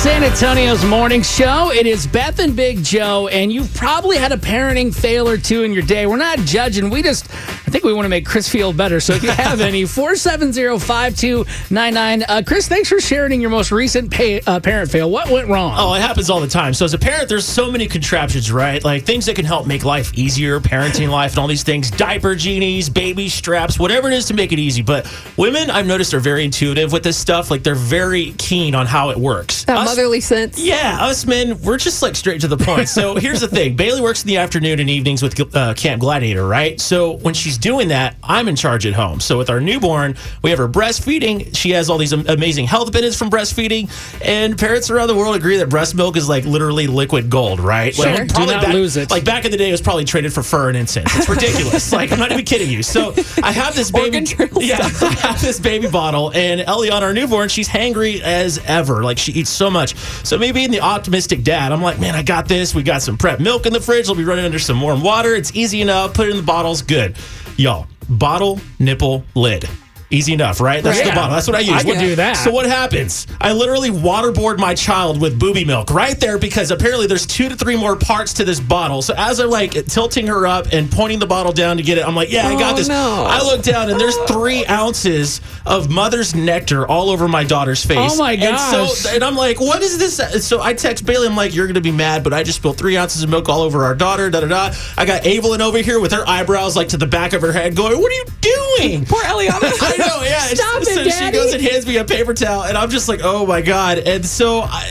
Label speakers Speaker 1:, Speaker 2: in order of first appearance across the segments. Speaker 1: San Antonio's morning show. It is Beth and Big Joe, and you've probably had a parenting fail or two in your day. We're not judging. We just, I think we want to make Chris feel better. So if you have any, 470-5299. Uh, Chris, thanks for sharing your most recent pay, uh, parent fail. What went wrong?
Speaker 2: Oh, it happens all the time. So as a parent, there's so many contraptions, right? Like things that can help make life easier, parenting life, and all these things. Diaper genies, baby straps, whatever it is to make it easy. But women, I've noticed, are very intuitive with this stuff. Like they're very keen on how it works.
Speaker 3: That
Speaker 2: Us-
Speaker 3: motherly sense.
Speaker 2: yeah, us men, we're just like straight to the point. So here's the thing Bailey works in the afternoon and evenings with uh, Camp Gladiator, right? So when she's doing that, I'm in charge at home. So with our newborn, we have her breastfeeding. She has all these am- amazing health benefits from breastfeeding. And parents around the world agree that breast milk is like literally liquid gold, right? Like,
Speaker 3: Sure. Do
Speaker 2: probably
Speaker 1: not lose it.
Speaker 2: Like back in the day, it was probably traded for fur and incense. It's ridiculous. like, I'm not even kidding you. So I have this baby.
Speaker 3: Organ journal
Speaker 2: Yeah, I have this baby bottle, and Eliana, our newborn, she's hangry as ever. Like she eats so much. So me being the optimistic dad, I'm like, man, I got this. We got some prep milk in the fridge. I'll be running under some warm water. It's easy enough. Put it in the bottles. Good, y'all. Bottle nipple lid. Easy enough, right? That's
Speaker 1: Right.
Speaker 2: the bottle. That's what I use.
Speaker 1: I can do that.
Speaker 2: So what happens? I literally waterboard my child with booby milk right there because apparently there's two to three more parts to this bottle. So as I'm like tilting her up and pointing the bottle down to get it, I'm like, yeah, I got
Speaker 3: Oh,
Speaker 2: this.
Speaker 3: no.
Speaker 2: I look down and there's three ounces of mother's nectar all over my daughter's face.
Speaker 1: Oh, my
Speaker 2: And,
Speaker 1: gosh.
Speaker 2: so, and I'm like, what is this? So I text Bailey. I'm like, you're gonna be mad, but I just spilled three ounces of milk all over our daughter. Da da da. I got Evelyn over here with her eyebrows like to the back of her head, going, what are you doing?
Speaker 3: Poor Eliana.
Speaker 2: I know, yeah. And
Speaker 3: Stop
Speaker 2: so
Speaker 3: it,
Speaker 2: so she
Speaker 3: Daddy.
Speaker 2: goes and hands me a paper towel, and I'm just like, oh my god. And so I,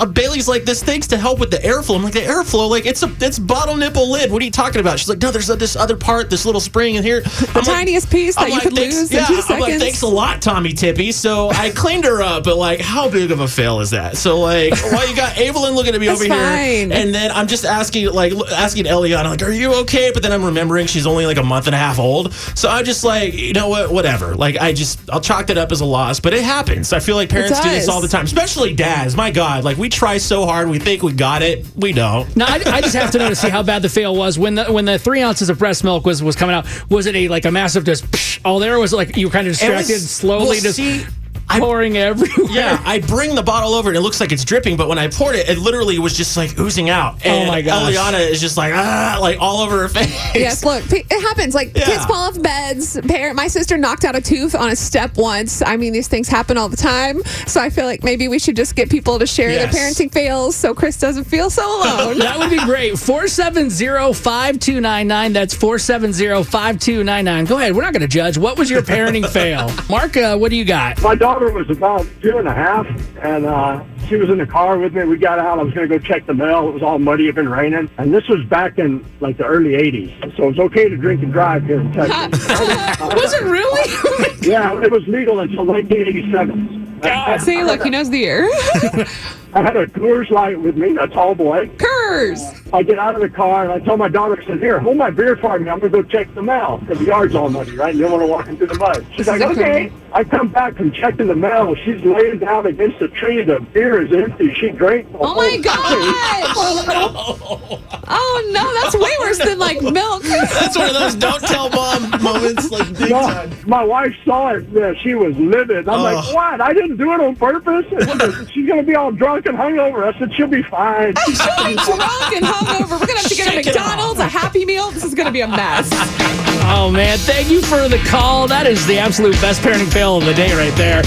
Speaker 2: uh, Bailey's like, this thing's to help with the airflow. I'm like, the airflow, like it's a it's bottle nipple lid. What are you talking about? She's like, no, there's this other part, this little spring in here. The
Speaker 3: tiniest piece that you could lose in
Speaker 2: yeah,
Speaker 3: two
Speaker 2: I'm like,
Speaker 3: seconds.
Speaker 2: thanks a lot, Tommy Tippy. So I cleaned her up, but like, how big of a fail is that? So like, why you got Evelyn looking at me
Speaker 3: That's
Speaker 2: over
Speaker 3: fine.
Speaker 2: here, and then I'm just asking like l- asking Eliana like, are you okay? But then I'm remembering she's only like a month and a half old, so I'm just like, you know what, whatever. Like I just I'll chalk that up as a loss, but it happens. I feel like parents do this
Speaker 3: does.
Speaker 2: all the time, especially dads. My God, like we try so hard, we think we got it, we don't.
Speaker 1: No, I, I just have to know to see how bad the fail was when the when the three ounces of breast milk was was coming out. Was it a like a massive just psh, all there? Or was it like you were kind of
Speaker 2: It was-
Speaker 1: distracted, slowly
Speaker 2: well,
Speaker 1: just
Speaker 2: see, I-
Speaker 1: pouring everywhere?
Speaker 2: Yeah, I bring the bottle over and it looks like it's dripping, but when I poured it, it literally was just like oozing out. And
Speaker 1: my gosh.
Speaker 2: Eliana is just like ah, like all over her face.
Speaker 3: Yes, look, pe- it happens. Like
Speaker 2: Yeah.
Speaker 3: kids fall off beds. Parent, my sister knocked out a tooth on a step once. I mean, these things happen all the time. So I feel like maybe we should just get people to share
Speaker 2: Yes.
Speaker 3: their parenting fails, so Chris doesn't feel so alone.
Speaker 1: That would be great. 470-5299. That's 470-5299. Go ahead. We're not going to judge. What was your parenting fail? Mark, uh, what do you got?
Speaker 4: My daughter was about two and a half, and uh, she was in the car with me. We got out. I was going to go check the mail. It was all muddy. It had been raining. And this was back in, like, the early 80s. So it was okay to drink and drive here in Texas.
Speaker 1: Was it really?
Speaker 4: yeah, it was legal until 1987.
Speaker 3: See, look, he knows the year.
Speaker 4: I had a Coors Light with me, a tall boy.
Speaker 3: Curse.
Speaker 4: I get out of the car, and I tell my daughter, I said, here, hold my beer for me. I'm going to go check the mail because the yard's all muddy, right? You don't want to walk into the mud. She's
Speaker 3: This is
Speaker 4: like,
Speaker 3: a
Speaker 4: okay. I come back from checking the mail. She's laying down against the tree. The beer is empty. She drank the
Speaker 3: Oh my
Speaker 4: whole
Speaker 3: gosh. Oh no, that's way worse than like milk.
Speaker 2: That's one of those don't tell mom moments, like big
Speaker 4: No,
Speaker 2: time.
Speaker 4: my wife saw it. Yeah, she was livid. I'm like,
Speaker 2: Ugh.
Speaker 4: what? I didn't do it on purpose. And she said, She's going to be all drunk and hungover. I said, she'll be fine.
Speaker 3: She'll be drunk and hungover. We're gonna have to get a
Speaker 2: Shake it off.
Speaker 3: McDonald's, a Happy Meal. This is gonna be a mess.
Speaker 1: oh, man. Thank you for the call. That is the absolute best parenting fail of the day right there.